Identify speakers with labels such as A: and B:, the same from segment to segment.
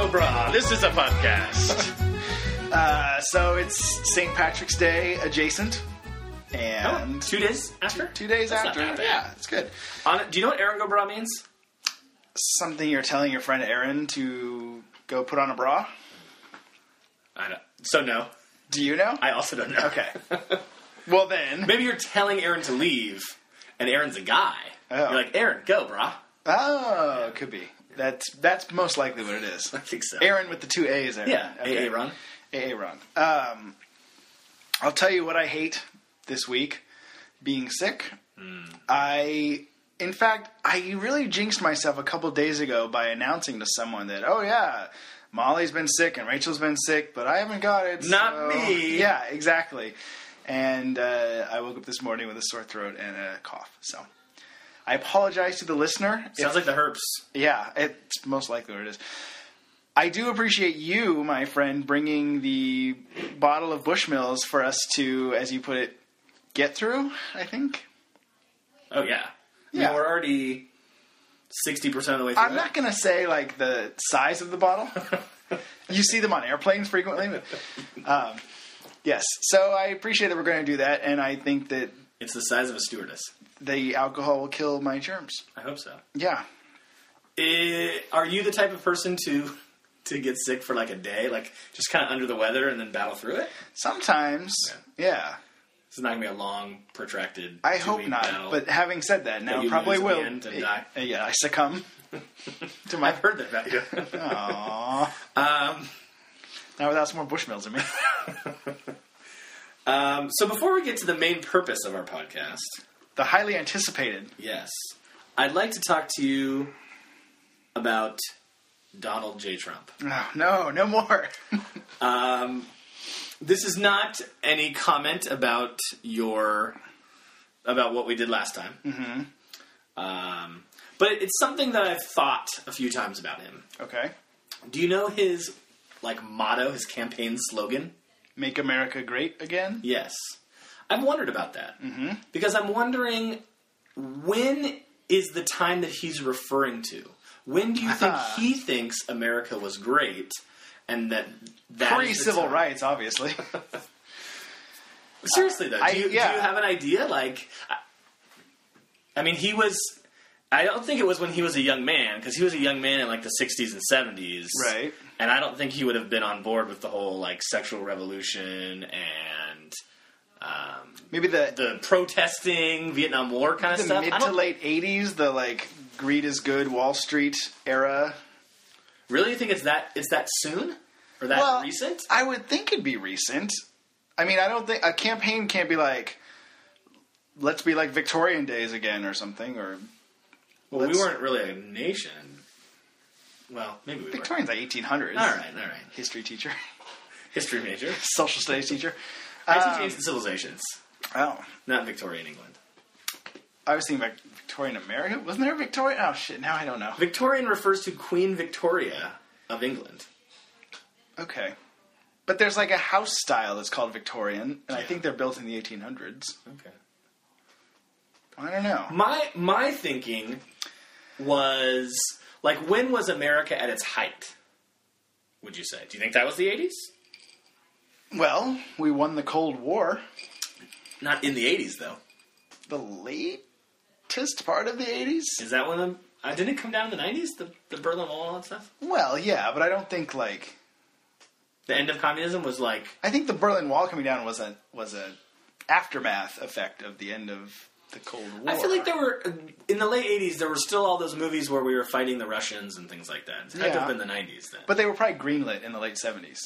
A: This is a podcast.
B: Uh, so it's St. Patrick's Day adjacent, and
A: Oh, Two days after?
B: two days
A: That's not
B: after,
A: bad.
B: yeah, it's good.
A: On, do you know what Aaron Go Bra means?
B: Something you're telling your friend Aaron to go put on a bra?
A: I don't. So no,
B: Do you know?
A: I also don't know.
B: okay. well then,
A: Maybe you're telling Aaron to leave, and Aaron's a guy.
B: Oh.
A: You're like, Aaron, go, brah.
B: oh, could be. That's that's most likely what it is.
A: I think so.
B: Aaron with the two A's. Aaron.
A: Yeah,
B: Okay.
A: Aaron.
B: Aaron. Um, I'll tell you what I hate this week: being sick. I, in fact, I really jinxed myself a couple days ago by announcing to someone that, oh yeah, Molly's been sick and Rachel's been sick, but I haven't got it.
A: Not
B: so-
A: me.
B: Yeah, exactly. And uh, I woke up this morning with a sore throat and a cough. So. I apologize to the listener. if
A: Sounds like the Herps.
B: yeah, it's most likely what it is. I do appreciate you, my friend, bringing the bottle of Bushmills for us to, as you put it, get through, I think.
A: Oh yeah. I mean,
B: Yeah.
A: we're already sixty percent of the way through.
B: I'm
A: it.
B: not going to say, like, the size of the bottle. you see them on airplanes frequently. But, um, yes, so I appreciate that we're going to do that, and I think that
A: It's the size of a stewardess.
B: the alcohol will kill my germs.
A: I hope so.
B: Yeah.
A: Eh, are you the type of person to to get sick for like a day, like just kind of under the weather and then battle through it?
B: Sometimes, yeah.
A: It's not gonna be a long, protracted.
B: I
A: two-week
B: hope not.
A: battle.
B: But having said that, now
A: you
B: probably
A: lose at the
B: will.
A: end and die.
B: Uh, Yeah, I succumb to my.
A: I've heard that about you.
B: Aww.
A: um,
B: Now without some more Bushmills in me.
A: um, so before we get to the main purpose of our podcast,
B: the highly anticipated.
A: Yes. I'd like to talk to you about Donald J. Trump.
B: Oh, no, no more.
A: This is not any comment about your about what we did last time. Mm-hmm. Um, but it's something that I've thought a few times about him.
B: okay.
A: Do you know his like motto, his campaign slogan?
B: Make America great again.
A: Yes. I've wondered about that. Mm-hmm. Because I'm wondering when is the time that he's referring to? When do you think he thinks America was great and that that is
B: Pre
A: the
B: civil
A: time-
B: rights, obviously.
A: Seriously though, do,
B: I-
A: you, do
B: yeah.
A: you have an idea like I, I mean he was I don't think it was when he was a young man because he was a young man in like the 60s and 70s.
B: Right.
A: And I don't think he would have been on board with the whole like sexual revolution and um,
B: Maybe the, the,
A: the protesting, Vietnam War kind of stuff.
B: mid
A: I
B: to
A: don't
B: late 80s, the like greed is good Wall Street era.
A: really think it's that it's that soon or that
B: Well,
A: recent.
B: I would think it'd be recent. I mean, I don't think a campaign can't be like, let's be like Victorian days again or something. Or
A: Well, we
B: let's-
A: weren't really a nation. Well, maybe we were.
B: Victorians like 1800s.
A: All right, all right.
B: History teacher,
A: History major.
B: social studies teacher.
A: I teach
B: Um,
A: ancient civilizations,
B: Oh,
A: not Victorian England.
B: I was thinking about Victorian America. Wasn't there a Victorian? Oh shit! Now I don't know.
A: Victorian refers to Queen Victoria of England.
B: Okay, but there's like a house style that's called Victorian, and I
A: Yeah.
B: think they're built in the 1800s.
A: Okay.
B: I don't know.
A: My my thinking was like when was America at its height? Would you say? Do you think that was the 80s?
B: Well, we won the Cold War.
A: Not in the 80s though.
B: The latest part of the 80s.
A: Is that when the uh, didn't it come down in the nineties? The the Berlin Wall and all that stuff.
B: Well, yeah, but I don't think like
A: The end of communism was like
B: I think the Berlin Wall coming down was a was a aftermath effect of the end of the Cold War.
A: I feel like there were in the late eighties there were still all those movies where we were fighting the Russians and things like that. It had to have
B: Yeah.
A: been the nineties then.
B: but they were probably greenlit in the late 70s.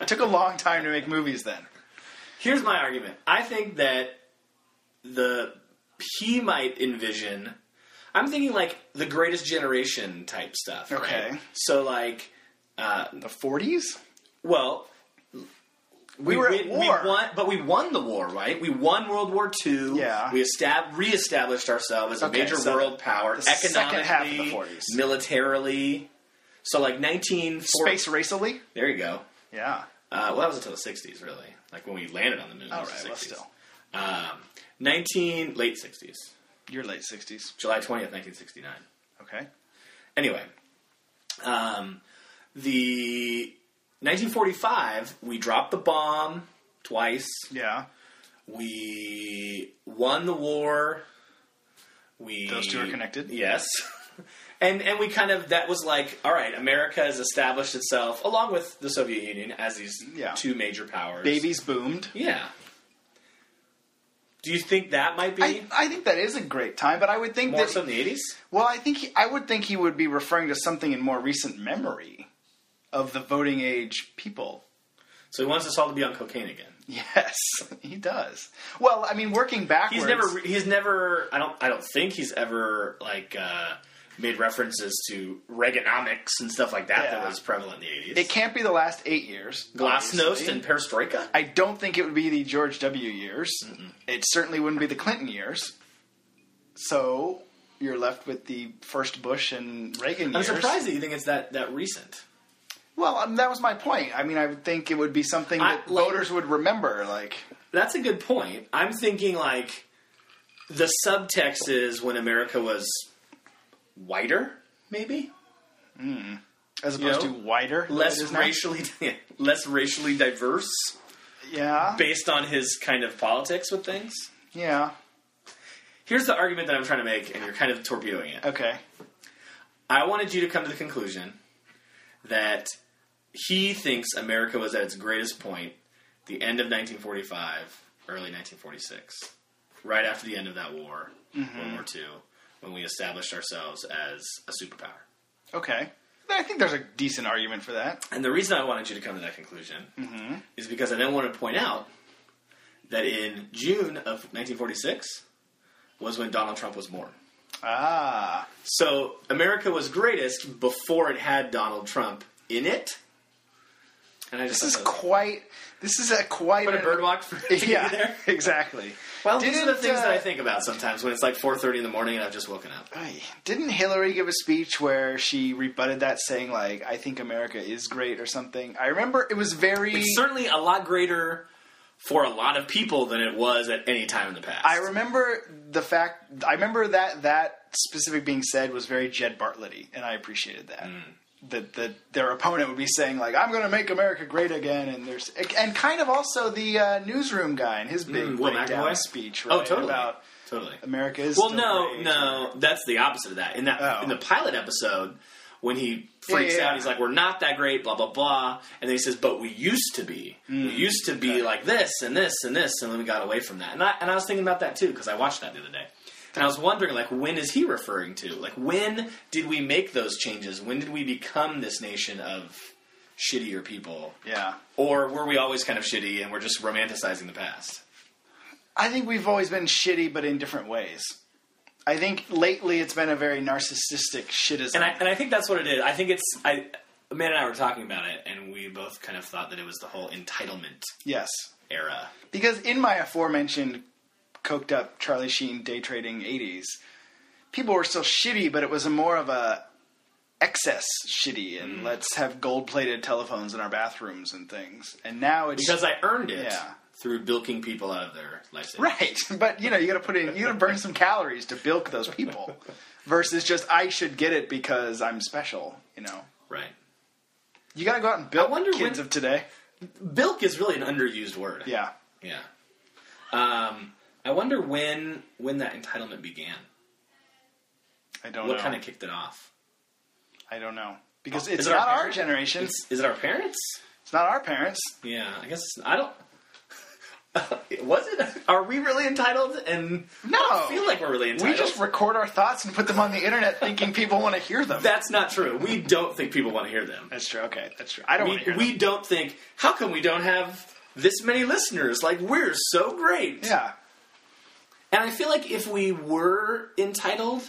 B: It took a long time to make movies then.
A: here's my argument. I think that the he might envision. I'm thinking like the Greatest Generation type stuff. right?
B: Okay.
A: So like,
B: The 40s?
A: well. We,
B: were at
A: we,
B: war.
A: We won, but we won the war, right? We won World War II.
B: Yeah.
A: We estab- reestablished ourselves as a
B: Okay,
A: major
B: so
A: world power,
B: the
A: economically,
B: second half of the 40s.
A: militarily. So, like 1940.
B: Space racily?
A: There you go.
B: Yeah.
A: Uh, well, that was until the 60s, really. Like when we landed on the moon. it
B: All
A: was
B: right,
A: the
B: well,
A: 60s.
B: still.
A: Um, 19 late 60s,
B: Your late 60s.
A: July 20th, 1969.
B: Okay.
A: Anyway, um, the 1945, we dropped the bomb twice.
B: Yeah.
A: We won the war. We
B: Those two are connected.
A: Yes. And, and we kind of that was like all right america has established itself along with the soviet union as these
B: Yeah.
A: two major powers
B: Babies boomed.
A: yeah do you think that might be
B: I, I think that is a great time, but I would think
A: more
B: that
A: so in the 80s
B: well, I think he, I would think he would be referring to something in more recent memory of the voting age people.
A: so he wants us all to be on cocaine again
B: Yes, he does. Well, I mean, working backwards.
A: He's never. re- He's never. I don't. I don't think he's ever like uh, made references to Reaganomics and stuff like that that
B: Yeah.
A: was prevalent in the eighties.
B: It can't be the last eight years.
A: Glasnost
B: obviously.
A: and Perestroika.
B: I don't think it would be the George W. years. It certainly wouldn't be the Clinton years. So you're left with the first Bush and Reagan
A: I'm
B: years.
A: surprised that you think it's that that recent.
B: Well, um, that was my point. I mean, I would think it would be something
A: I-
B: that
A: like-
B: voters would remember. Like,
A: That's a good point. I'm thinking like the subtext is when America was whiter, maybe
B: as opposed
A: know,
B: to wider, than it
A: less
B: is now.
A: racially less racially diverse,
B: Yeah,
A: based on his kind of politics with things.
B: yeah.
A: Here's the argument that I'm trying to make, and you're kind of torpedoing it.
B: Okay.
A: I wanted you to come to the conclusion that he thinks America was at its greatest point the end of 1945, early 1946, right after the end of that war, World War II, when we established ourselves as a superpower.
B: Okay. I think there's a decent argument for that.
A: And the reason I wanted you to come to that conclusion is because I then wanted to point out that in June of 1946 was when Donald Trump was born.
B: Ah,
A: So America was greatest before it had Donald Trump in it. And I just
B: this is
A: thought that was-
B: quite. This is a quite
A: What a
B: an-
A: bird walk for it to
B: Yeah,
A: be there.
B: exactly.
A: Well, these are the
B: Didn't,
A: things that
B: uh,
A: I think about sometimes when it's like 4:30 in the morning and I've just woken up.
B: Ay, Didn't Hillary give a speech where she rebutted that, saying like, "I think America is great" or something? I remember it was very.
A: It's certainly a lot greater for a lot of people than it was at any time in the past.
B: I remember the fact. I remember that that specific being said was very Jed Bartletty, and I appreciated that.
A: Mm.
B: That that their opponent would be saying like, "I'm going to make America great again," and there's and kind of also the uh, newsroom guy and his big
A: Mm, Will
B: breakdown
A: McElroy?
B: speech. Right,
A: Oh, totally.
B: About
A: totally.
B: America is
A: Well,
B: still
A: no,
B: great.
A: no, that's the opposite of that. In that
B: Oh.
A: in the pilot episode when he freaks
B: Yeah, yeah,
A: out,
B: yeah.
A: he's like, "We're not that great," blah blah blah, and then he says, "But we used to be. we
B: Mm.
A: used to be like this and this and this, and then we got away from that." And I and I was thinking about that too because I watched that the other day. And I was wondering, like, when is he referring to? Like, when did we make those changes? When did we become this nation of shittier people?
B: Yeah,
A: Or were we always kind of shitty and we're just romanticizing the past?
B: I think we've always been shitty, but in different ways. I think lately it's been a very narcissistic shitism.
A: and I and I think that's what it is. I think it's I. Man and I were talking about it, and we both kind of thought that it was the whole entitlement
B: yes,
A: era.
B: because in my aforementioned coked up Charlie Sheen day trading '80s, people were still shitty, but it was a more of a excess shitty,
A: Mm.
B: and let's have gold plated telephones in our bathrooms and things. And now it's
A: Because I earned it
B: Yeah.
A: through bilking people out of their life savings.
B: right, but you know you got to put in, you got to burn some calories to bilk those people, versus just I should get it because I'm special. You know,
A: Right.
B: you got to go out and bilk
A: wonder
B: kids
A: when-
B: of today.
A: Bilk is really an underused word.
B: Yeah.
A: Yeah. Um, I wonder when when that entitlement began.
B: I don't
A: What
B: know.
A: kind of kicked it off?
B: I don't know. Because
A: Oh,
B: it's
A: is it our
B: not our,
A: parents?
B: generation. It's,
A: It's, is it our parents?
B: not our parents.
A: Yeah, I guess it's, I don't. Was it? Are we really entitled? And I
B: No.
A: don't feel like we're really entitled.
B: We just record our thoughts and put them on the internet thinking people want to hear them.
A: That's not true. We don't think people want to hear them.
B: that's true. Okay, that's true. I don't want to
A: We,
B: hear
A: we
B: them.
A: don't think, how come we don't have this many listeners? Like, we're so great.
B: Yeah.
A: And I feel like if we were entitled,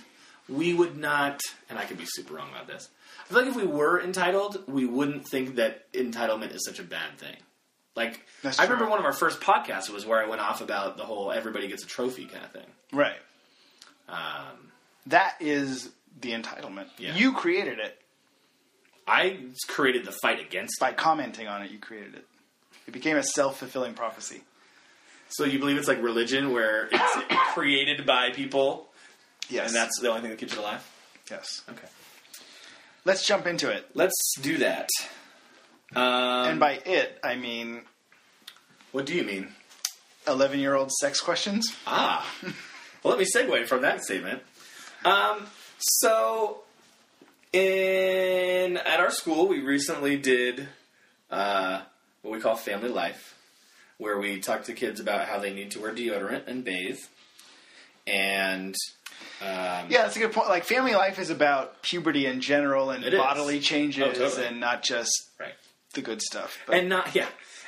A: we would not, and I could be super wrong about this. I feel like if we were entitled, we wouldn't think that entitlement is such a bad thing. Like,
B: That's
A: I remember
B: true.
A: one of our first podcasts was where I went off about the whole everybody gets a trophy kind of thing.
B: Right. Um, that is the entitlement.
A: Um, Yeah.
B: You created it.
A: I created the fight against it.
B: By commenting on it, you created it. It became a self fulfilling prophecy.
A: So you believe it's like religion where it's created by people
B: Yes.
A: and that's the only thing that keeps it alive?
B: yes.
A: Okay.
B: Let's jump into it.
A: Let's do that.
B: and
A: Um,
B: by it, I mean
A: what do you mean?
B: 11 year old sex questions.
A: Ah, well, let me segue from that statement. Um, so, in at our school, we recently did uh, what we call family life, where we talk to kids about how they need to wear deodorant and bathe, and um,
B: Yeah, that's a good point. Like, family life is about puberty in general and
A: It is.
B: bodily changes
A: Oh, totally.
B: and not just
A: right,
B: the good stuff. But
A: and not yeah,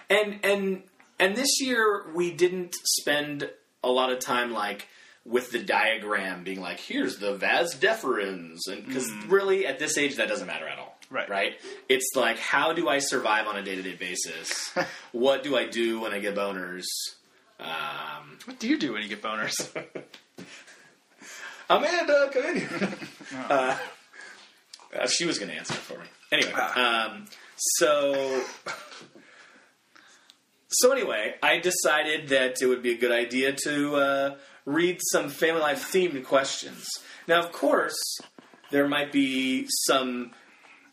A: and and and this year we didn't spend a lot of time like with the diagram being like here's the vas deferens and because really at this age that doesn't matter at all
B: Mm-hmm. Right.
A: right it's like how do i survive on a day-to-day basis what do i do when i get boners um,
B: what do you do when you get boners?
A: Amanda, come in here. Uh, uh, she was going to answer it for me. Anyway, um, so so anyway, I decided that it would be a good idea to uh, read some family life themed questions. Now, of course, there might be some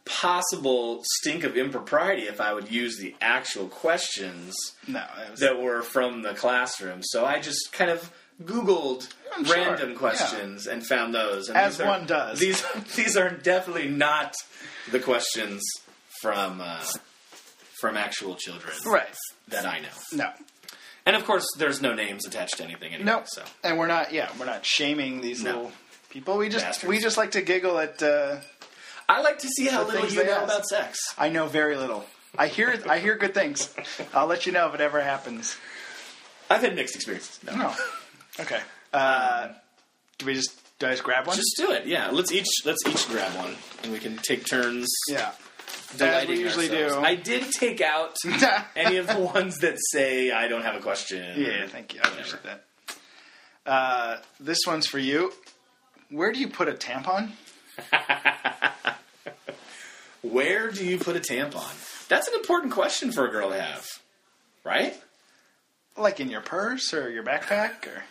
A: possible stink of impropriety if I would use the actual questions
B: no, it was,
A: that were from the classroom. So I just kind of Googled
B: I'm sure,
A: random
B: yeah.
A: questions and found those. And
B: As
A: these are-
B: one does.
A: These these are definitely not the questions from uh, from actual children
B: right.
A: that I know.
B: No,
A: And of course, there's no names attached to anything anyway.
B: no.
A: So
B: And we're not. Yeah, we're not shaming these
A: No.
B: little people. We just
A: Bastards.
B: we just like to giggle at. Uh,
A: I like to see how
B: The
A: little
B: things
A: you
B: they
A: know
B: ask.
A: about sex.
B: I know very little. I hear I hear good things. I'll let you know if it ever happens.
A: I've had mixed experiences. No.
B: No. Okay. Uh, do we just do I just grab one?
A: Just do it, yeah. Let's each let's each grab one, and we can take turns.
B: yeah. As
A: delighting
B: we usually
A: ourselves.
B: do.
A: I did take out any of the ones that say I don't have a question.
B: yeah. Thank you. I appreciate that. Uh, this one's for you. Where do you put a tampon?
A: Where do you put a tampon? That's an important question for a girl to have, right?
B: Like in your purse or your backpack or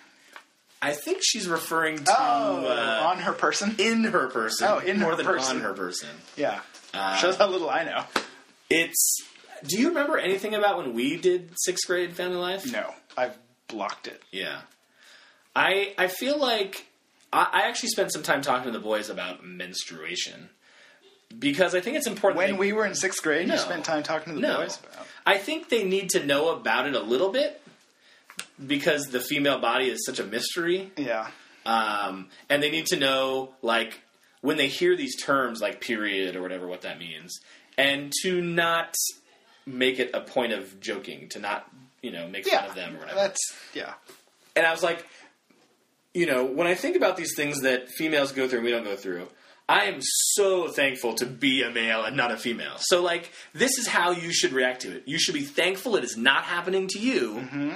A: I think she's referring to uh,
B: on her person?
A: in her person.
B: Oh, in
A: more
B: her
A: than
B: person.
A: on her person.
B: Yeah.
A: Uh,
B: Shows how little I know.
A: It's. Do you remember anything about when we did sixth grade family life?
B: No, I've blocked it.
A: Yeah. I I feel like I, I actually spent some time talking to the boys about menstruation because I think it's important.
B: When
A: they-
B: we were in sixth grade,
A: No.
B: you spent time talking to the
A: No.
B: boys about.
A: I think they need to know about it a little bit because the female body is such a mystery.
B: Yeah.
A: Um, and they need to know, like, when they hear these terms, like period or whatever, what that means. And to not make it a point of joking, to not, you know, make
B: Yeah.
A: fun of them or whatever.
B: That's yeah.
A: and I was like, you know, when I think about these things that females go through and we don't go through, I am so thankful to be a male and not a female. So, like, this is how you should react to it. You should be thankful it is not happening to you.
B: Mm-hmm.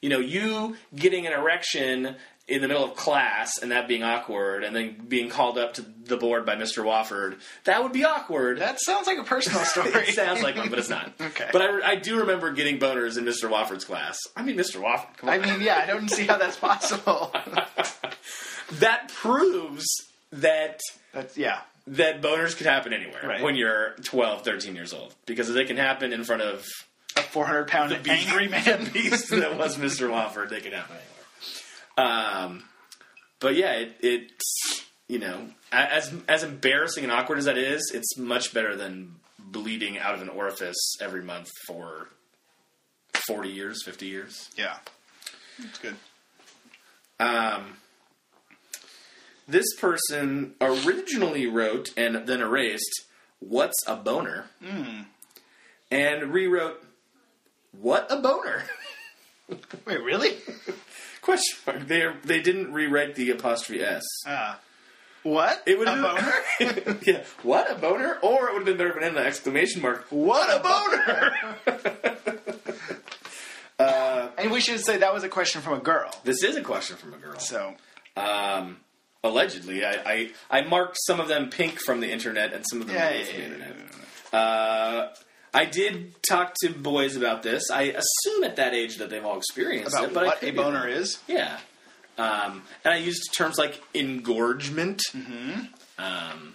A: You know, you getting an erection in the middle of class and that being awkward and then being called up to the board by Mr. Wofford, that would be awkward.
B: That sounds like a personal story.
A: It sounds like one, but it's not.
B: Okay.
A: But I, I do remember getting boners in Mr. Wofford's class. I mean, Mr. Wofford. Come on.
B: I mean, yeah, I don't see how that's possible.
A: that proves that
B: That's yeah.
A: that boners could happen anywhere
B: Right.
A: when you're 12 13 years old because they can happen in front of
B: A 400 pound angry man.
A: beast that was mr wofford they can happen anywhere um, but yeah it, it's you know a- as as embarrassing and awkward as that is it's much better than bleeding out of an orifice every month for 40 years 50 years
B: Yeah. It's good.
A: Um, this person originally wrote and then erased, What's a boner? And rewrote, What a boner?
B: Wait, really?
A: Question mark. They, they didn't rewrite the apostrophe S.
B: Uh, what?
A: It would
B: a
A: have
B: boner?
A: boner? yeah. What a boner? Or it would have been better if it ended in an exclamation mark.
B: What a boner! and we should say that was a question from a girl.
A: This is a question from a girl.
B: So
A: Um, allegedly, I, I I marked some of them pink from the internet and some of them
B: Yeah,
A: blue
B: yeah,
A: from the
B: yeah,
A: internet. Uh, I did talk to boys about this. I assume at that age that they've all experienced
B: about
A: it, but I
B: what
A: could
B: a
A: be
B: boner
A: wrong.
B: is?
A: Yeah,
B: Mm-hmm.
A: um, and I used terms like engorgement. Um,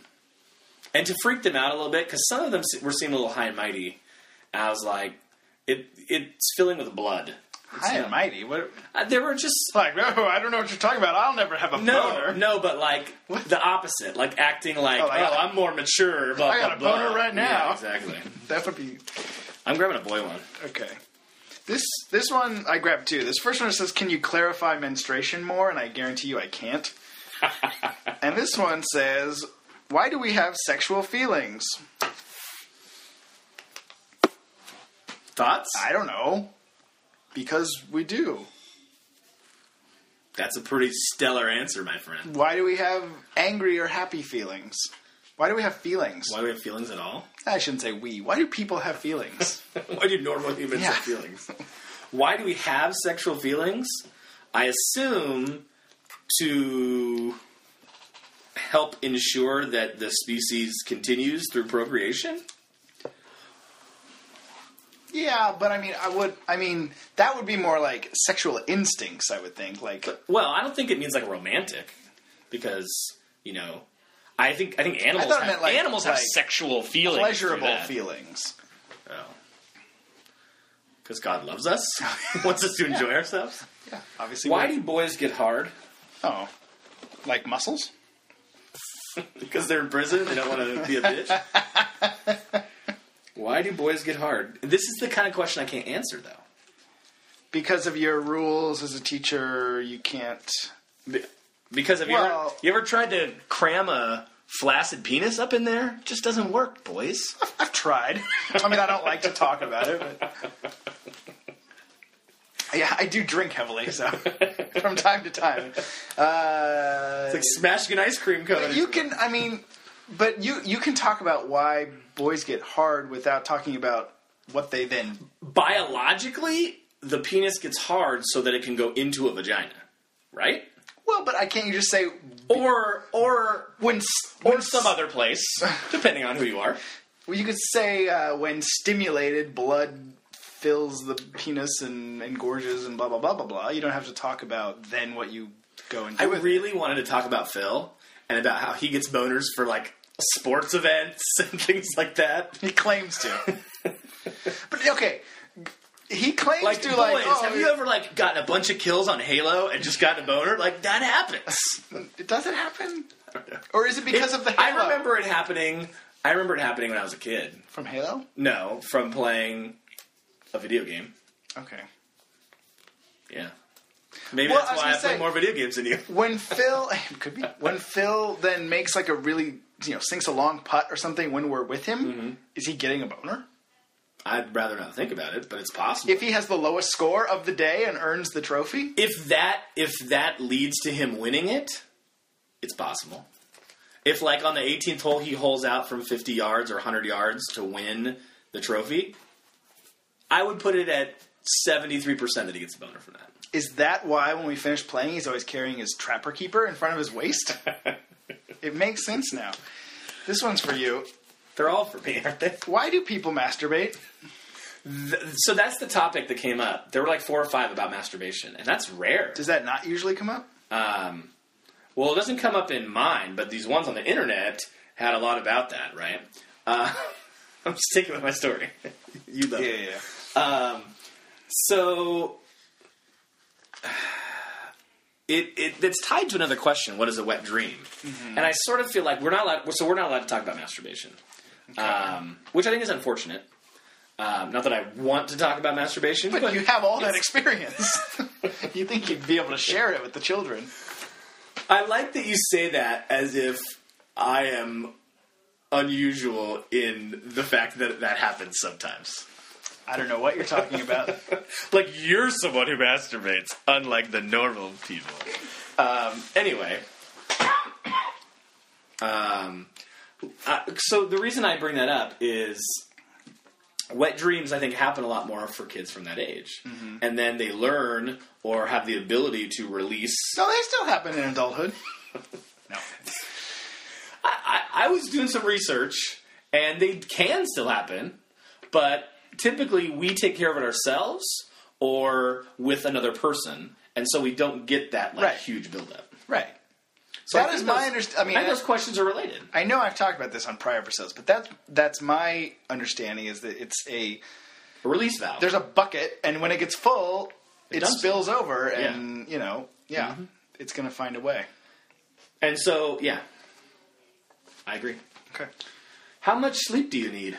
A: and to freak them out a little bit because some of them se- were seeming a little high and mighty. And I was like, it it's filling with blood. It's
B: High
A: not-
B: and mighty. What?
A: Uh, There were just
B: Like, oh, I don't know what you're talking about. I'll never have a
A: no,
B: boner.
A: no, but like the opposite, like acting like, oh,
B: Oh, I got-
A: I'm more mature. Blah,
B: I got
A: blah,
B: a boner
A: blah."
B: right
A: Yeah,
B: now.
A: exactly.
B: That would be
A: I'm grabbing a boy one.
B: okay. This this one I grabbed too. This first one says, "Can you clarify menstruation more?" And I guarantee you, I can't. and this one says, "Why do we have sexual feelings?"
A: Thoughts?
B: I don't know. Because we do.
A: That's a pretty stellar answer, my friend.
B: Why do we have angry or happy feelings? Why do we have feelings?
A: Why do we have feelings at all?
B: I shouldn't say we. Why do people have feelings?
A: Why do normal humans have
B: Yeah.
A: feelings? Why do we have sexual feelings? I assume to help ensure that the species continues through procreation.
B: yeah, but I mean, I would. I mean, that would be more like sexual instincts. I would think like
A: Well, I don't think it means like romantic, because you know, I think I think animals
B: thought it
A: have,
B: meant, like-
A: animals have
B: like
A: sexual feelings, through
B: pleasurable
A: that.
B: feelings.
A: Because God loves us, wants us to enjoy ourselves.
B: Yeah, obviously.
A: Why
B: we-
A: do boys get hard?
B: Oh, like muscles?
A: Because they're in prison, they don't want to be a bitch. Why do boys get hard? This is the kind of question I can't answer, though.
B: Because of your rules as a teacher, you can't.
A: Be- Because have
B: Well-
A: you ever you ever tried to cram a flaccid penis up in there? It just doesn't work, boys.
B: I've tried. I mean, I don't like to talk about it, but. Yeah, I do drink heavily, so from time to time. Uh,
A: It's like smashing an ice cream cone.
B: you can, I mean, but you you can talk about why boys get hard without talking about what they then.
A: Biologically, the penis gets hard so that it can go into a vagina, right?
B: Well, but I can't you just say
A: Or or
B: when s-
A: or
B: when
A: some other place, depending on who you are.
B: Well, you could say uh, when stimulated, blood fills the penis and engorges and blah blah blah blah blah. You don't have to talk about then what you go and do.
A: I
B: with it.
A: really wanted to talk about Phil and about how he gets boners for like sports events and things like that.
B: He claims to, but okay, he claims
A: Like,
B: to
A: boys,
B: like. Oh,
A: have you ever like gotten a bunch of kills on Halo and just gotten a boner? Like that happens.
B: ever? Does it happen? Or is it because of the
A: I
B: Halo?
A: remember it happening. I remember it happening when I was a kid.
B: from Halo.
A: No, from playing a video game.
B: Okay.
A: Yeah. Maybe
B: Well, I
A: that's
B: was
A: why I
B: gonna
A: play
B: say-
A: more video games than you.
B: When Phil could be when Phil then makes like a really you know sinks a long putt or something when we're with him, is he getting a boner?
A: I'd rather not think about it, but it's possible.
B: If he has the lowest score of the day and earns the trophy,
A: if that if that leads to him winning it, it's possible. If like on the 18th hole he holes out from 50 yards or 100 yards to win the trophy, I would put it at 73% that he gets a boner for that.
B: Is that why when we finish playing, he's always carrying his trapper keeper in front of his waist? it makes sense now. This one's for you.
A: They're all for me, aren't they?
B: Why do people masturbate?
A: So that's the topic that came up. There were like four or five about masturbation, and that's rare.
B: Does that not usually come up?
A: Um, well, it doesn't come up in mine, but these ones on the internet had a lot about that, right? Uh, I'm sticking with my story. you love it.
B: yeah.
A: So it, it it's tied to another question. What is a wet dream? And I sort of feel like we're not allowed. So we're not allowed to talk about masturbation, um, which I think is unfortunate. Um, not that I want to talk about masturbation, but,
B: But you have all that experience. you think you'd be able to share it with the children?
A: I like that you say that as if I am unusual in the fact that that happens sometimes.
B: I don't know what you're talking about.
A: Like you're someone who masturbates, unlike the normal people. Um, anyway, um, I, so the reason I bring that up is wet dreams. I think happen a lot more for kids from that age, and then they learn or have the ability to release.
B: no, they still happen in adulthood. No.
A: I, I was doing some research, and they can still happen, but typically we take care of it ourselves or with another person, and so we don't get that like
B: Right.
A: huge buildup.
B: Right.
A: So I
B: That is
A: think
B: my
A: those-
B: underst- I mean,
A: think those questions are related.
B: I know I've talked about this on prior episodes, but that's that's my understanding is that it's a
A: A release valve.
B: there's a bucket, and when it gets full, it,
A: dumps
B: spills over, and you know, yeah,
A: Mm-hmm.
B: it's gonna find a way.
A: and so yeah, I agree.
B: Okay,
A: How much sleep do you need?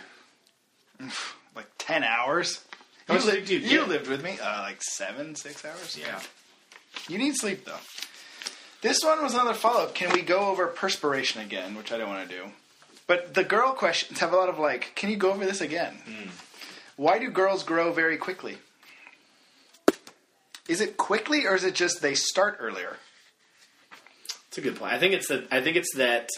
B: like ten hours.
A: How
B: You,
A: much
B: lived,
A: sleep do you
B: you
A: get?
B: lived with me, uh, like seven, six hours.
A: Yeah.
B: you need sleep though. This one was another follow up. Can we go over perspiration again? Which I don't want to do. But the girl questions have a lot of like, can you go over this again? Why do girls grow very quickly? Is it quickly or is it just they start earlier?
A: It's a good point. I think it's that. I think it's that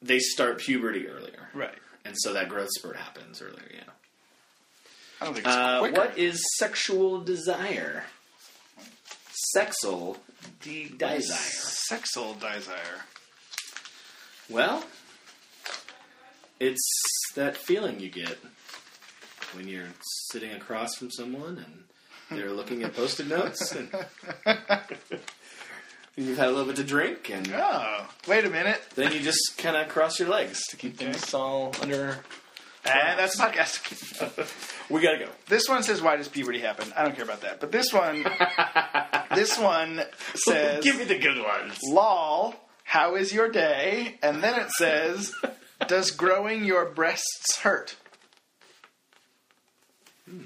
A: they start puberty earlier,
B: Right.
A: and so that growth spurt happens earlier. Yeah.
B: I don't think it's
A: Uh,
B: quicker.
A: what is sexual desire? Sexual de- desire.
B: Sexual desire.
A: Well, it's that feeling you get when you're sitting across from someone and they're looking at post-it notes and you've had a little bit to drink and
B: Oh, wait a minute.
A: then you just kind of cross your legs to keep things all under.
B: And that's podcast.
A: We gotta go.
B: This one says, "Why does puberty happen?" I don't care about that. But this one, this one says,
A: Give me the good ones.
B: "Lol, how is your day?" And then it says, "Does growing your breasts hurt?" Hmm,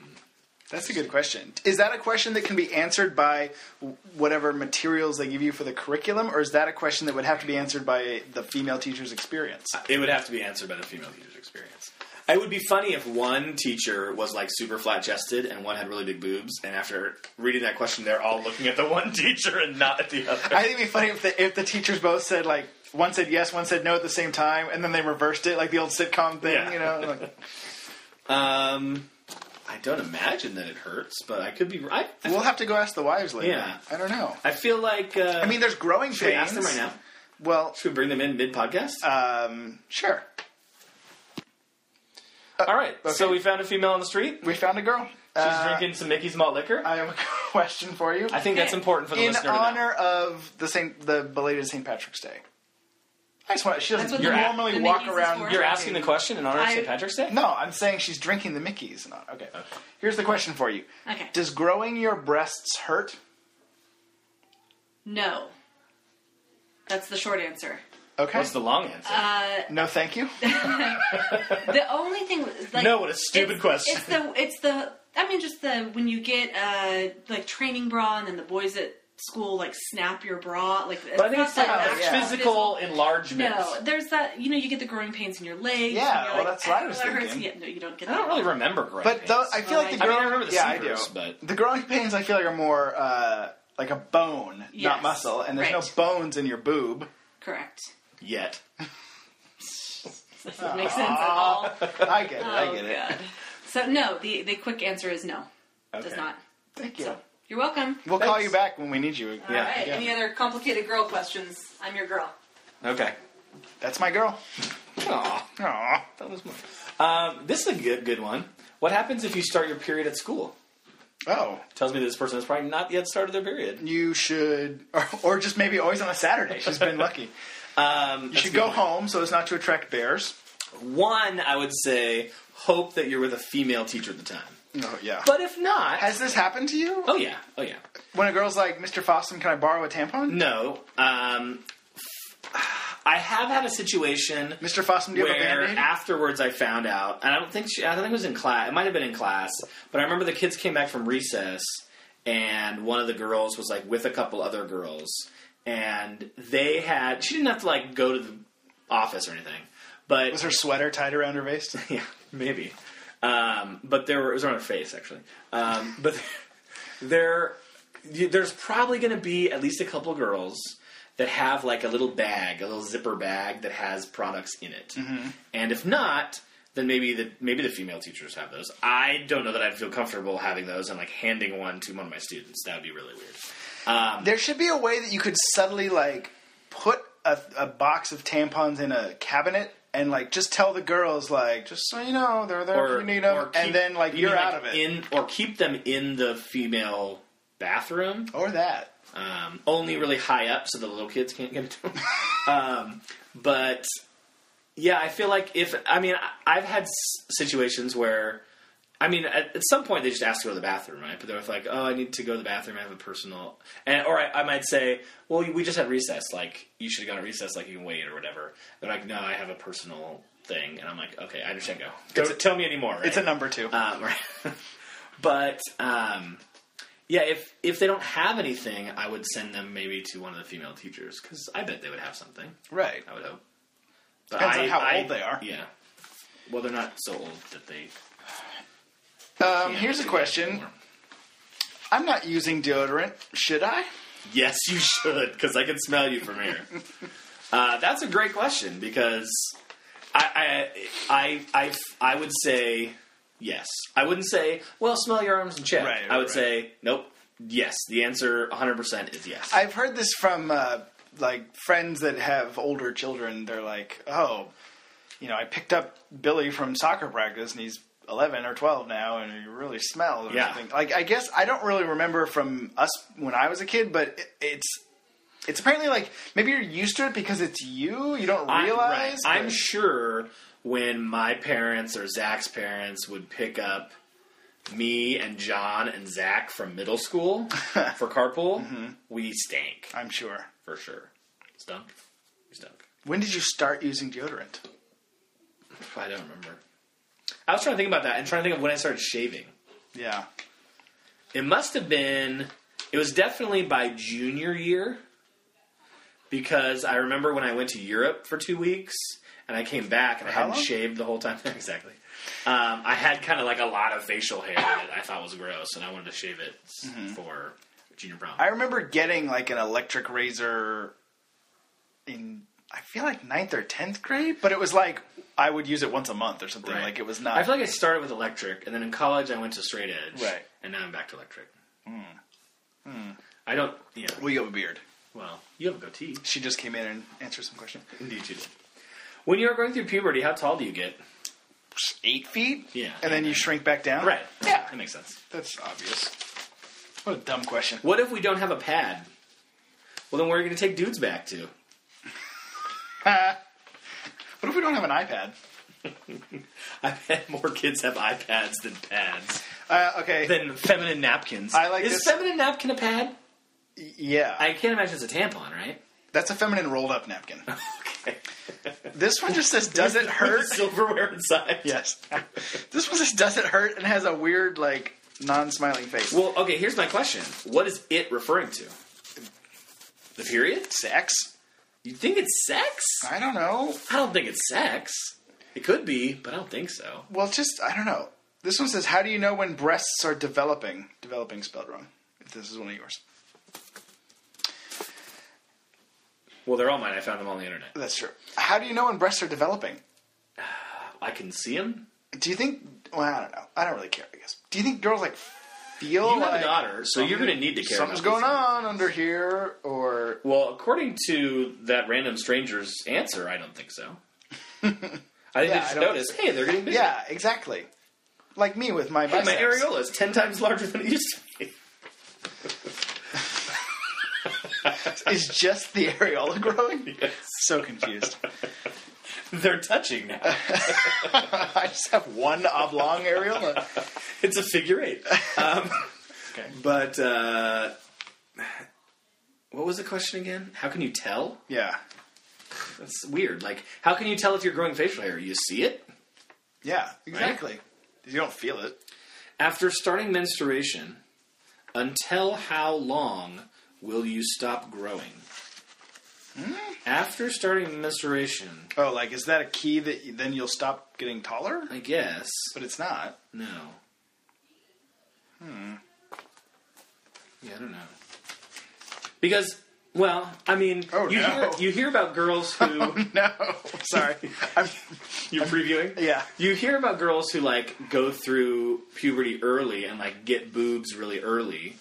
B: That's a good question. Is that a question that can be answered by w- whatever materials they give you for the curriculum, or is that a question that would have to be answered by the female teacher's experience?
A: It would have to be answered by the female teacher's experience. It would be funny if one teacher was like super flat chested and one had really big boobs, and after reading that question, they're all looking at the one teacher and not at the other.
B: I think it'd be funny if the, if the teachers both said like one said yes, one said no at the same time, and then they reversed it like the old sitcom thing,
A: Yeah.
B: you know? Like,
A: Um, I don't imagine that it hurts, but I could be right.
B: we'll have to go ask the wives later.
A: Yeah.
B: I don't know.
A: I feel like. Uh,
B: I mean, there's growing
A: should we
B: pains.
A: ask them right now?
B: Well,
A: Should we bring them in mid podcast?
B: um, sure.
A: all right. So we found a female on the street. She's
B: We found a girl. Uh,
A: drinking some Mickey's malt liquor. I,
B: I have a question for you.
A: think that's important for the
B: in
A: listener. to know.
B: honor of the Saint, the belated St. Patrick's Day. I just want. She doesn't
C: That's what
A: the-
B: normally
C: the
B: walk
C: Mickey's is
B: around.
C: for.
A: You're asking the question in honor of
C: I-
A: St. Patrick's Day.
B: No, I'm saying she's drinking the Mickey's. Not okay. Here's the question for you.
C: Okay.
B: Does growing your breasts hurt?
C: No. That's the short answer.
B: Okay.
A: What's the long answer?
C: Uh,
B: no, thank you.
C: the only thing, like,
A: no, what a stupid
C: it's,
A: question.
C: It's the, it's the, I mean, just the when you get uh, like training bra, and then the boys at school like snap your bra, like.
A: But I think
C: not
A: it's like
C: that
B: Oh, yeah.
C: actual
A: physical enlargement.
C: No, there's that. You know, you get the growing pains in your legs.
B: Yeah,
C: and you're
B: well,
C: like,
B: that's what I
C: "Ah,
B: was
C: that hurts."
B: thinking.
C: Yeah, no, you don't get
A: I
C: that.
A: don't really remember growing
B: But though,
A: pains.
B: I feel like the
C: I
B: girl.
C: mean,
A: I remember the
B: yeah,
A: secrets,
B: I do.
A: but-
B: the growing pains I feel like are more uh, like a bone, not
C: Yes.
B: muscle, and there's no
C: Right.
B: bones in your boob.
C: Correct.
A: yet.
C: Does that make sense at all? Oh,
B: I get it. I get it.
C: God. So no, the the quick answer is no.
A: Okay.
C: Does not.
B: Thank you.
C: So you're welcome.
B: We'll call
A: Thanks.
B: you back when we need you.
A: Yeah.
C: All right. Any other complicated girl questions? I'm your girl.
A: Okay.
B: That's my girl.
A: Aw,
B: Aww.
A: that was more. Um, this is a good good one. What happens if you start your period at school?
B: Oh,
A: Tells me this person has probably not yet started their period.
B: you should, or, or just maybe always on a Saturday. She's been lucky.
A: Um,
B: You should go home so as not to attract bears.
A: One, I would say, hope that you're with a female teacher at the time.
B: Oh yeah.
A: But if not,
B: has this happened to you?
A: oh yeah, oh yeah.
B: When a girl's like, "Mr. Fossum, can I borrow a tampon?"
A: No, um, I have had a situation
B: Mr. Fossum, do you have a
A: where
B: band-aid?
A: afterwards I found out, and I don't think she, I don't think it was in class. It might have been in class, but I remember the kids came back from recess, and one of the girls was like with a couple other girls, and they had. She didn't have to like go to the office or anything, but
B: Was her sweater tied around her waist?
A: yeah, maybe. Um, but there were, it was on her face actually. Um, but there, you- there's probably going to be at least a couple girls that have like a little bag, a little zipper bag that has products in it. And if not, then maybe the maybe the female teachers have those. I don't know that I'd feel comfortable having those and like handing one to one of my students. That would be really weird.
B: There should be a way that you could subtly like put a, a box of tampons in a cabinet and like just tell the girls like just so you know they're there if you need them,
A: keep-
B: and then like
A: you
B: you're
A: mean,
B: out of it
A: In or keep them in the female bathroom.
B: or that.
A: Um, only really high up, so the little kids can't get into them. um, but yeah, I feel like if I mean I, I've had s- situations where. I mean, at, at some point they just ask to go to the bathroom, right? But they're like, "Oh, I need to go to the bathroom. I have a personal," and or I, I might say, "Well, we just had recess. Like, you should have gone to recess. Like, you can wait or whatever." They're like, "No, I have a personal thing," and I'm like, "Okay, I understand. Go.
B: Go-
A: tell me anymore." Right?
B: It's a number two.
A: Um, right. but um, yeah, if if they don't have anything, I would send them maybe to one of the female teachers because I bet they would have something.
B: right.
A: I would hope. But
B: Depends on how old they are.
A: Yeah. Well, they're not so old that they.
B: Um,
A: can't
B: here's a
A: do that
B: question.
A: anymore.
B: I'm not using deodorant. Should I?
A: Yes, you should, because I can smell you from here. uh, that's a great question because I, I, I, I, I would say yes. I wouldn't say, well, smell your arms and check.
B: Right, right,
A: I would
B: right.
A: say, nope, yes. The answer 100% is yes.
B: I've heard this from uh, like friends that have older children. They're like, "Oh, you know, I picked up Billy from soccer practice, and he's 11 or 12 now, and he really smells." Or
A: Yeah.
B: something. Like, I guess I don't really remember from us when I was a kid, but it, it's it's apparently like maybe you're used to it because it's you. You don't
A: I- right.
B: realize.
A: I'm,
B: but-
A: sure when my parents or Zach's parents would pick up me and John and Zach from middle school for carpool,
B: Mm-hmm.
A: we stank
B: I'm sure.
A: for sure. Stunk? We stunk.
B: When did you start using deodorant?
A: I don't remember. I was trying to think about that and trying to think of when I started shaving.
B: Yeah.
A: It must have been. It was definitely by junior year because I remember when I went to Europe for two weeks and I came back and I
B: how
A: hadn't
B: long?
A: shaved the whole time. exactly. Um, I had kind of like a lot of facial hair that I thought was gross and I wanted to shave it s- for junior prom.
B: Mm-hmm. I remember getting like an electric razor in I feel like ninth or tenth grade, but it was like I would use it once a month or something.
A: Right.
B: Like it was not.
A: I feel like I started with electric, and then in college I went to straight edge,
B: Right. Hmm.
A: And now I'm back to electric. I don't. Yeah.
B: well, you have a beard.
A: Well, you have a goatee.
B: She just came in and answered some questions.
A: Indeed, you did. When you're going through puberty, how tall do you get?
B: Eight feet.
A: Yeah.
B: And then you shrink back down.
A: Right.
B: Yeah.
A: That makes sense.
B: That's obvious. What a dumb question.
A: What if we don't have a pad? Well, then where are you going to take dudes back to?
B: What if we don't have an iPad?
A: I bet more kids have iPads than pads.
B: Uh, okay.
A: Than feminine napkins.
B: I like
A: Is
B: this-
A: feminine napkin a pad?
B: yeah.
A: I can't imagine it's a tampon, right?
B: That's a feminine rolled up napkin.
A: Okay.
B: this one just says, "Does it hurt?"
A: Silverware inside.
B: Yes. this one just doesn't hurt and has a weird, like, non smiling face.
A: Well, okay, here's my question. What is it referring to? The period?
B: sex?
A: You think it's sex?
B: I don't know.
A: I don't think it's sex. It could be, but I don't think so.
B: Well, it's just, I don't know. This one says, How do you know when breasts are developing? Developing spelled wrong. If this is one of yours.
A: Well, they're all mine. I found them on the internet.
B: That's true. How do you know when breasts are developing?
A: I can see them.
B: Do you think, well, I don't know. I don't really care, I guess. Do you think girls, like, feel
A: You have
B: like
A: a daughter, so you're going to need to care.
B: something's
A: about
B: going
A: these
B: on under here? Or,
A: Well, according to that random stranger's answer, I don't think so. I think
B: Yeah,
A: they
B: I
A: just
B: don't-
A: noticed, hey, they're getting bigger.
B: yeah, exactly. Like me with my
A: Hey,
B: biceps.
A: my areola is ten times larger than it used to be.
B: Is just the areola growing?
A: Yes.
B: So confused.
A: They're touching now.
B: I just have one oblong areola.
A: It's a figure eight. Um,
B: Okay.
A: but uh, what was the question again? How can you tell?
B: Yeah.
A: That's weird. Like, how can you tell if you're growing facial hair? You see it.
B: Yeah, exactly. You don't feel it.
A: After starting menstruation, until how long will you stop growing? After starting menstruation,
B: Oh, like is that a key that you, then you'll stop getting taller?
A: I guess.
B: But it's not.
A: No. Hmm. Yeah, I don't know. Because, well, I mean,
B: Oh,
A: you,
B: no.
A: hear, you hear about girls who.
B: No, sorry. I'm,
A: You're previewing?
B: yeah,
A: You hear about girls who like go through puberty early and like get boobs really early,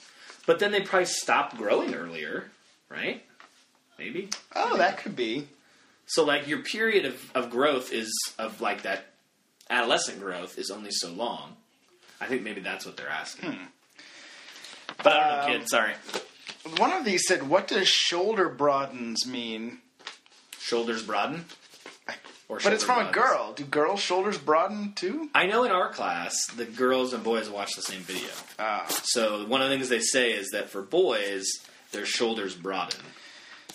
A: but then they probably stop growing earlier, right? Maybe.
B: oh, that could be.
A: So like your period of, of growth is of like that adolescent growth is only so
B: Hmm. Um,
A: long. I think maybe that's what they're asking. But I don't know, kid. Sorry.
B: one of these said, "What does shoulder broadens mean?"
A: Shoulders broaden. Or
B: But it's
A: shoulder
B: from a
A: broadens.
B: girl. Do girls' shoulders broaden too?
A: I know in our class, the girls and boys watch the same video.
B: Ah,
A: So one of the things they say is that for boys, their shoulders broaden.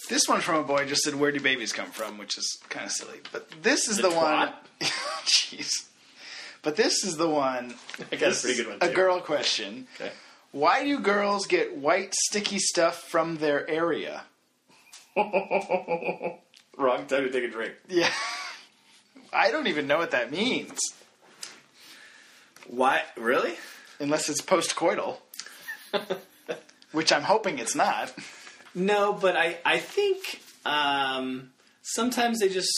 B: this one from a boy just said, "Where do babies come from?" Which is kind of silly. But this is
A: The
B: the, one.
A: twat?
B: Jeez. But this is the one.
A: I got a pretty good one.
B: A
A: too.
B: girl question.
A: Okay.
B: Why do girls get white sticky stuff from their area?
A: Wrong time to take a drink.
B: Yeah. I don't even know what that means.
A: Why? Really?
B: Unless it's postcoital. Which I'm hoping it's not.
A: No, but I I think um, sometimes they just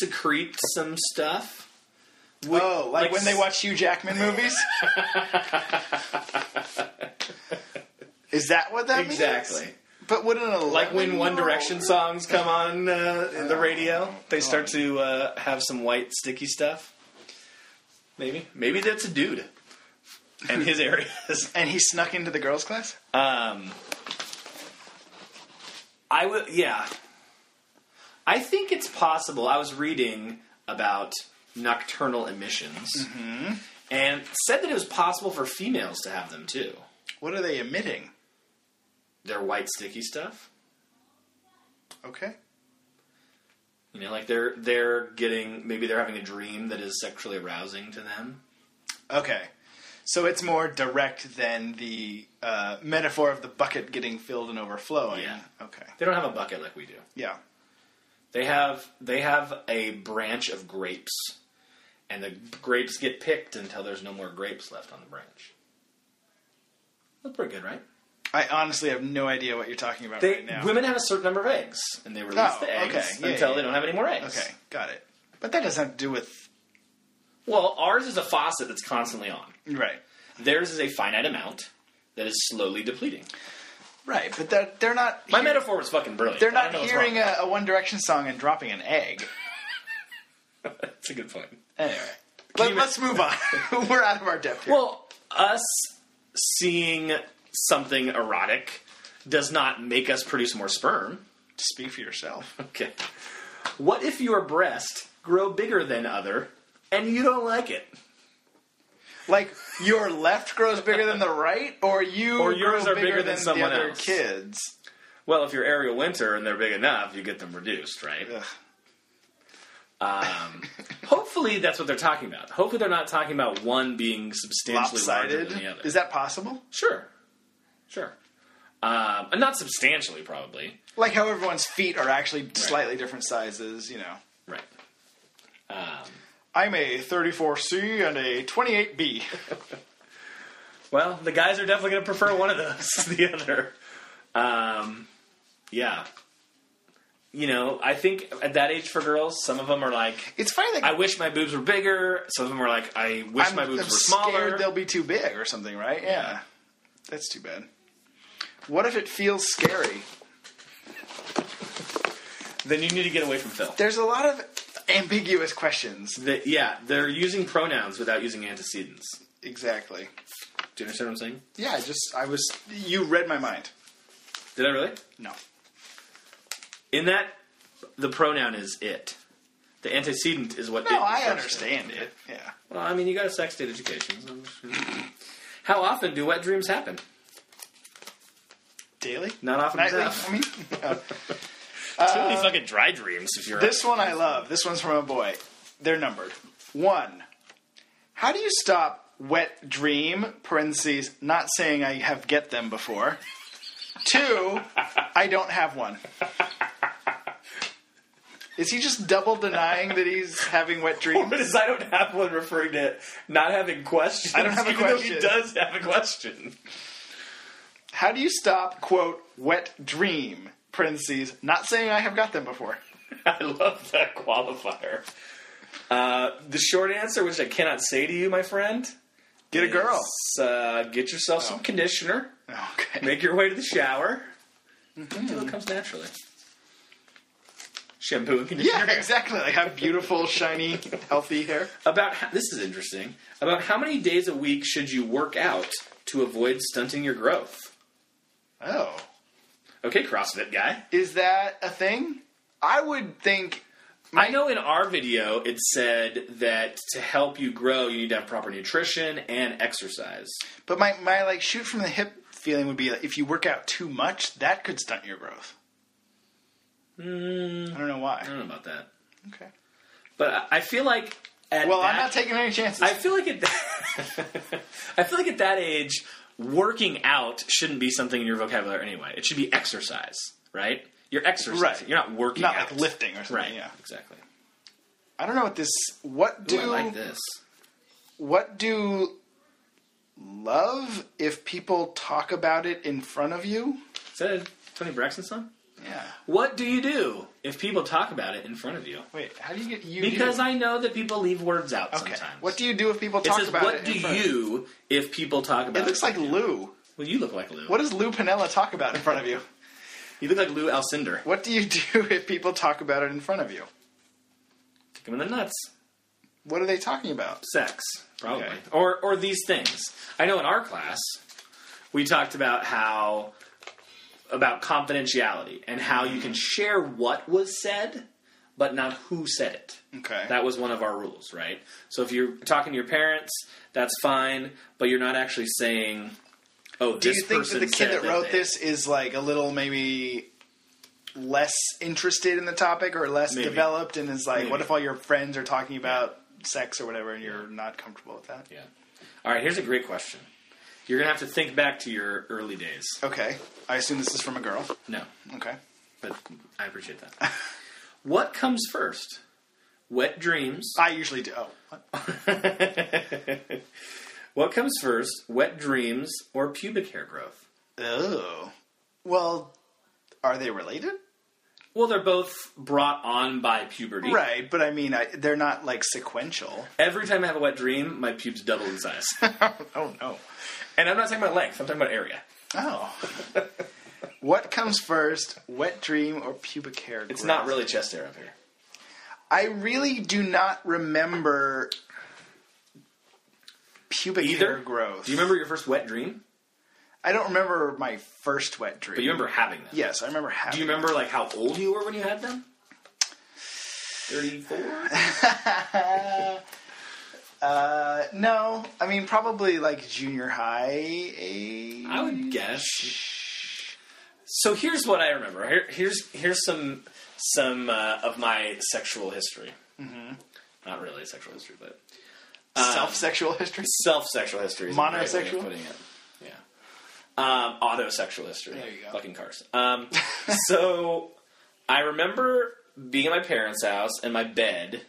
A: secrete some stuff. Wh-
B: oh, like, when they
A: s-
B: watch Hugh Jackman movies? Is that what that means?
A: Exactly.
B: But wouldn't a
A: Like when
B: lemon
A: One
B: roll-
A: Direction songs come on uh, the radio, they start to uh, have some white sticky stuff. Maybe, maybe that's a dude, and his areas.
B: and he snuck into the girls' class?
A: Um, I would, yeah. I think it's possible. I was reading about nocturnal emissions, and said that it was possible for females to have them too.
B: What are they emitting?
A: Their white sticky stuff,
B: Okay.
A: you know, like they're they're getting maybe they're having a dream that is sexually arousing to them.
B: Okay. So it's more direct than the uh, metaphor of the bucket getting filled and overflowing.
A: Yeah.
B: Okay.
A: They don't have a bucket like we do.
B: Yeah.
A: They have they have a branch of grapes, and the grapes get picked until there's no more grapes left on the branch. That's pretty good, right?
B: I honestly have no idea what you're talking about
A: They
B: right now.
A: women have a certain number of eggs, and they release
B: Oh,
A: the eggs
B: okay. Yeah,
A: until
B: yeah,
A: they don't have any more eggs.
B: Okay, got it. But that doesn't have to do with
A: Well, ours is a faucet that's constantly on.
B: right,
A: Theirs is a finite amount that is slowly depleting.
B: right. But they're they're not.
A: My
B: hear-
A: metaphor was fucking brilliant.
B: They're
A: I
B: not
A: don't know what's
B: hearing
A: wrong.
B: a, a One Direction song and dropping an egg.
A: That's a good point.
B: Anyway, Let,
A: you-
B: let's move on. We're out of our depth here.
A: Well, us seeing something erotic does not make us produce more sperm.
B: Speak for yourself.
A: Okay. What if your breast grow bigger than other and you don't like it?
B: Like your left grows bigger than the right, or you
A: Or yours
B: grow
A: are bigger than
B: the
A: someone
B: other
A: else.
B: Kids.
A: Well, if you're Ariel Winter and they're big enough, you get them reduced, right?
B: Ugh.
A: Um, hopefully, that's what they're talking about. Hopefully, they're not talking about one being substantially larger
B: Lopsided.
A: than the other.
B: Is that possible?
A: sure, sure. Um, and not substantially, probably.
B: Like how everyone's feet are actually slightly different sizes, you know.
A: Right. Um,
B: I'm a 34C and a 28B.
A: well, the guys are definitely going to prefer one of those to the other. Um, yeah. You know, I think at that age for girls, some of them are like,
B: It's funny that
A: I wish my boobs were bigger. Some of them are like, I wish
B: I'm,
A: my boobs
B: I'm
A: were smaller.
B: scared they'll be too big or something, right? Yeah. That's too bad. What if it feels scary?
A: Then you need to get away from Phil.
B: There's a lot of ambiguous questions.
A: The- yeah, they're using pronouns without using antecedents.
B: Exactly.
A: Do you understand what I'm saying?
B: Yeah, I just I was you read my mind.
A: Did I really?
B: No.
A: In that, the pronoun is it. The antecedent is what.
B: No,
A: it
B: I
A: refers to.
B: understand it. Yeah.
A: Well, I mean, you got a sex ed education. So I'm just- How often do wet dreams happen?
B: Daily?
A: Not often
B: Nightly? Uh,
A: enough.
B: I mean, yeah.
A: Too many fucking dry dreams. If you're
B: This one I love. This one's from a boy. They're numbered. One. How do you stop wet dream parentheses? Not saying I have get them before. Two. I don't have one. Is he just double denying that he's having wet dreams?
A: What is I don't have one referring to not having questions.
B: I don't have a
A: even though
B: question.
A: He does have a question.
B: How do you stop quote wet dream parentheses? Not saying I have got them before.
A: I love that qualifier. Uh, the short answer, which I cannot say to you, my friend,
B: Get a girl. Oh.
A: is, uh, get yourself some conditioner.
B: Okay.
A: Make your way to the shower Mm-hmm. until it comes naturally. Shampoo and conditioner.
B: Yeah, exactly. I have beautiful, shiny, healthy hair.
A: About how, this is interesting. About how many days a week should you work out to avoid stunting your growth?
B: Oh.
A: Okay, CrossFit guy.
B: Is that a thing? I would think.
A: I know in our video it said that to help you grow, you need to have proper nutrition and exercise.
B: But my, my like shoot from the hip feeling would be that if you work out too much, that could stunt your growth.
A: Mm.
B: I don't know
A: I
B: why.
A: don't know about that,
B: Okay.
A: but I- I feel like at
B: Well, I'm
A: that-
B: not taking any chances.
A: I feel like at that, I feel like at that age, working out shouldn't be something in your vocabulary anyway. It should be exercise, right? You're exercising.
B: Right.
A: You're not working
B: not
A: out.
B: like lifting or something.
A: Right.
B: Yeah.
A: Exactly.
B: I don't know what this. What
A: Ooh,
B: do
A: I like this.
B: what do love if people talk about it in front of you?
A: Is that a Tony Braxton song?
B: Yeah.
A: What do you do if people talk about it in front of you?
B: Wait, how do you get you?
A: Because I know that people leave words out
B: okay.
A: sometimes.
B: What do you do if people
A: it
B: talk
A: says,
B: about
A: what
B: it? in
A: do
B: front of
A: you if people talk about it?
B: It looks like Lou.
A: Well, you look like Lou.
B: What does Lou Pinella talk about in front of you?
A: You look like Lou Alcindor.
B: What do you do if people talk about it in front of you?
A: Kick him in the nuts.
B: What are they talking about?
A: sex, probably,
B: Okay.
A: or or these things. I know in our class we talked about how about confidentiality and how you can share what was said, but not who said it.
B: Okay.
A: That was one of our rules, right? So if you're talking to your parents, that's fine, but you're not actually saying, "Oh,
B: do
A: this
B: you think that
A: person
B: the kid
A: said
B: that wrote
A: they-
B: this is like a little maybe less interested in the topic or less
A: Maybe.
B: developed and is like, what
A: Maybe.
B: if all your friends are talking about sex or whatever and you're not comfortable with that?
A: Yeah. All right. Here's a great question. You're gonna have to think back to your early days.
B: Okay. I assume this is from a girl.
A: No.
B: Okay.
A: but I appreciate that. what comes first? Wet dreams.
B: I usually do. Oh, what?
A: What comes first? Wet dreams or pubic hair growth?
B: Oh. Well, are they related?
A: Well, they're both brought on by puberty.
B: Right, but I mean, I, they're not like sequential.
A: Every time I have a wet dream, my pubes double in size.
B: Oh, no.
A: and I'm not talking about length, I'm talking about area.
B: Oh. what comes first, wet dream or pubic hair?
A: It's not really chest hair up here.
B: I really do not remember pubic
A: Either
B: hair growth.
A: Do you remember your first wet dream?
B: I don't remember my first wet dream.
A: But you remember having them.
B: Yes, I remember having.
A: Do you remember like how old you were when you had them? 34?
B: Uh, no, I mean probably like junior high age.
A: I would guess. So here's what I remember. Here, here's here's some some uh, of my sexual history. Mm-hmm. Not really sexual history, but Uh,
B: Self-sexual history.
A: self sexual history. is a great way of
B: Monosexual?
A: putting it. Yeah. Um, autosexual history.
B: There you go.
A: Fucking cars. Um, so I remember being at my parents' house and my bed,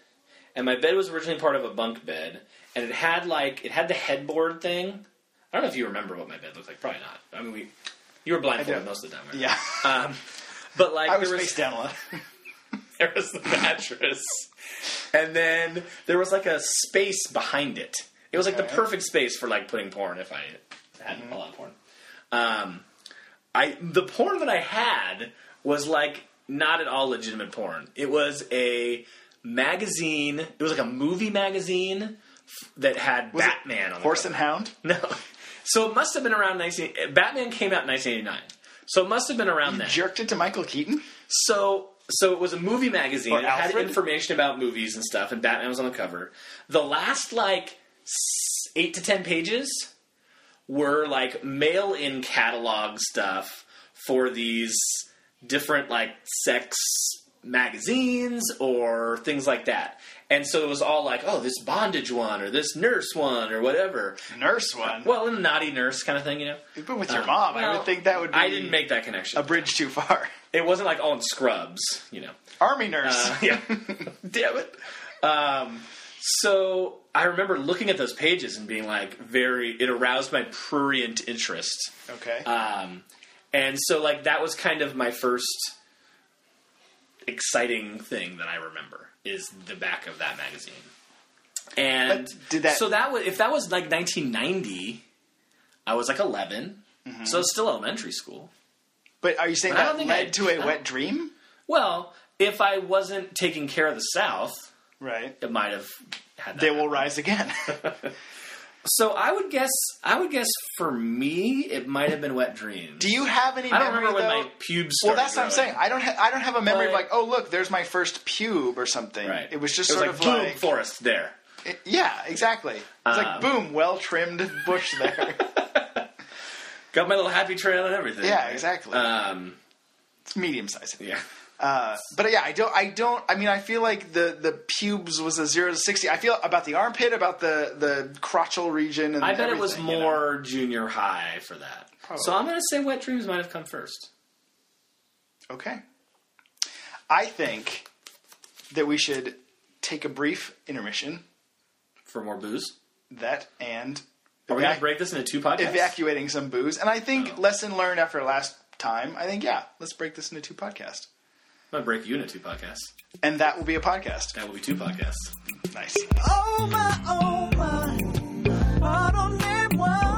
A: and my bed was originally part of a bunk bed, and it had like it had the headboard thing. I don't know if you remember what my bed looked like. Probably not. I mean, we you were blindfolded
B: do.
A: most of the time. Right?
B: Yeah,
A: Um, but like
B: I was
A: there
B: face
A: was
B: down a lot.
A: there was the mattress, and then there was like a space behind it. It was like the
B: Okay.
A: perfect space for like putting porn if I had a lot of porn. Um, I the porn that I had was like not at all legitimate porn. It was a magazine. It was like a movie magazine f- that had
B: it
A: Batman on the
B: Horse
A: cover.
B: and hound.
A: No. So it must have been around 19 Batman came out in 1989. So it must have been around then.
B: Jerked it to Michael Keaton.
A: So so it was a movie magazine.
B: Or
A: It had
B: Alfred?
A: information about movies and stuff, and Batman was on the cover. The last like s- eight to ten pages were like mail-in catalog stuff for these different like sex magazines or things like that. And so it was all like, oh, this bondage one or this nurse one or whatever.
B: Nurse one.
A: Well, in the naughty nurse kind of thing, you know.
B: but with your mom, I
A: well,
B: would think that would. be
A: Uh, I didn't make that connection.
B: a bridge too far.
A: it wasn't like all in scrubs, you know.
B: Army nurse.
A: Uh, yeah. Damn it. Um, so I remember looking at those pages and being like, very, it aroused my prurient interest.
B: okay.
A: Um, and so, like, that was kind of my first exciting thing that I remember is the back of that magazine. And
B: But did that-
A: so that was if that was like 1990, I was like 11,
B: Mm-hmm.
A: so it's still elementary school.
B: but are you saying
A: but I don't
B: that
A: think
B: led
A: I-
B: to a
A: I-
B: wet dream?
A: Well, if I wasn't taking care of the South,
B: Right.
A: it might have had that
B: They will rise again.
A: So I would guess. I would guess for me, it might have been wet dreams.
B: Do you have any
A: I don't
B: memory
A: remember when
B: though?
A: my pubes.
B: well,
A: Started
B: that's what I'm
A: growing.
B: saying. I don't. Ha- I don't have a memory of
A: But-
B: like, oh look, there's my first pube or something.
A: Right.
B: It was just
A: it was
B: sort
A: like
B: of
A: boom,
B: like,
A: forest there.
B: it- yeah, exactly. It's
A: Um,
B: like boom, well trimmed bush there.
A: Got my little happy trail and everything.
B: yeah, exactly.
A: Um,
B: it's medium sized.
A: yeah.
B: Uh, but yeah, I don't. I don't. I mean, I feel like the the pubes was a zero to sixty. I feel about the armpit, about the the crotchal region. And
A: I bet it was
B: everything, you know? Oh.
A: more junior high for that.
B: Probably.
A: So I'm gonna say wet dreams might have come first.
B: Okay. I think that we should take a brief intermission.
A: For more booze,
B: That and
A: are we gonna
B: evac-
A: break this into two podcasts?
B: evacuating some booze. And I think
A: Oh.
B: lesson learned after last time. I think yeah, let's break this into two podcasts,
A: I'm gonna break you into two podcasts.
B: and that will be a podcast.
A: That will be two podcasts.
B: Nice.
D: Oh my, oh my, what on earth was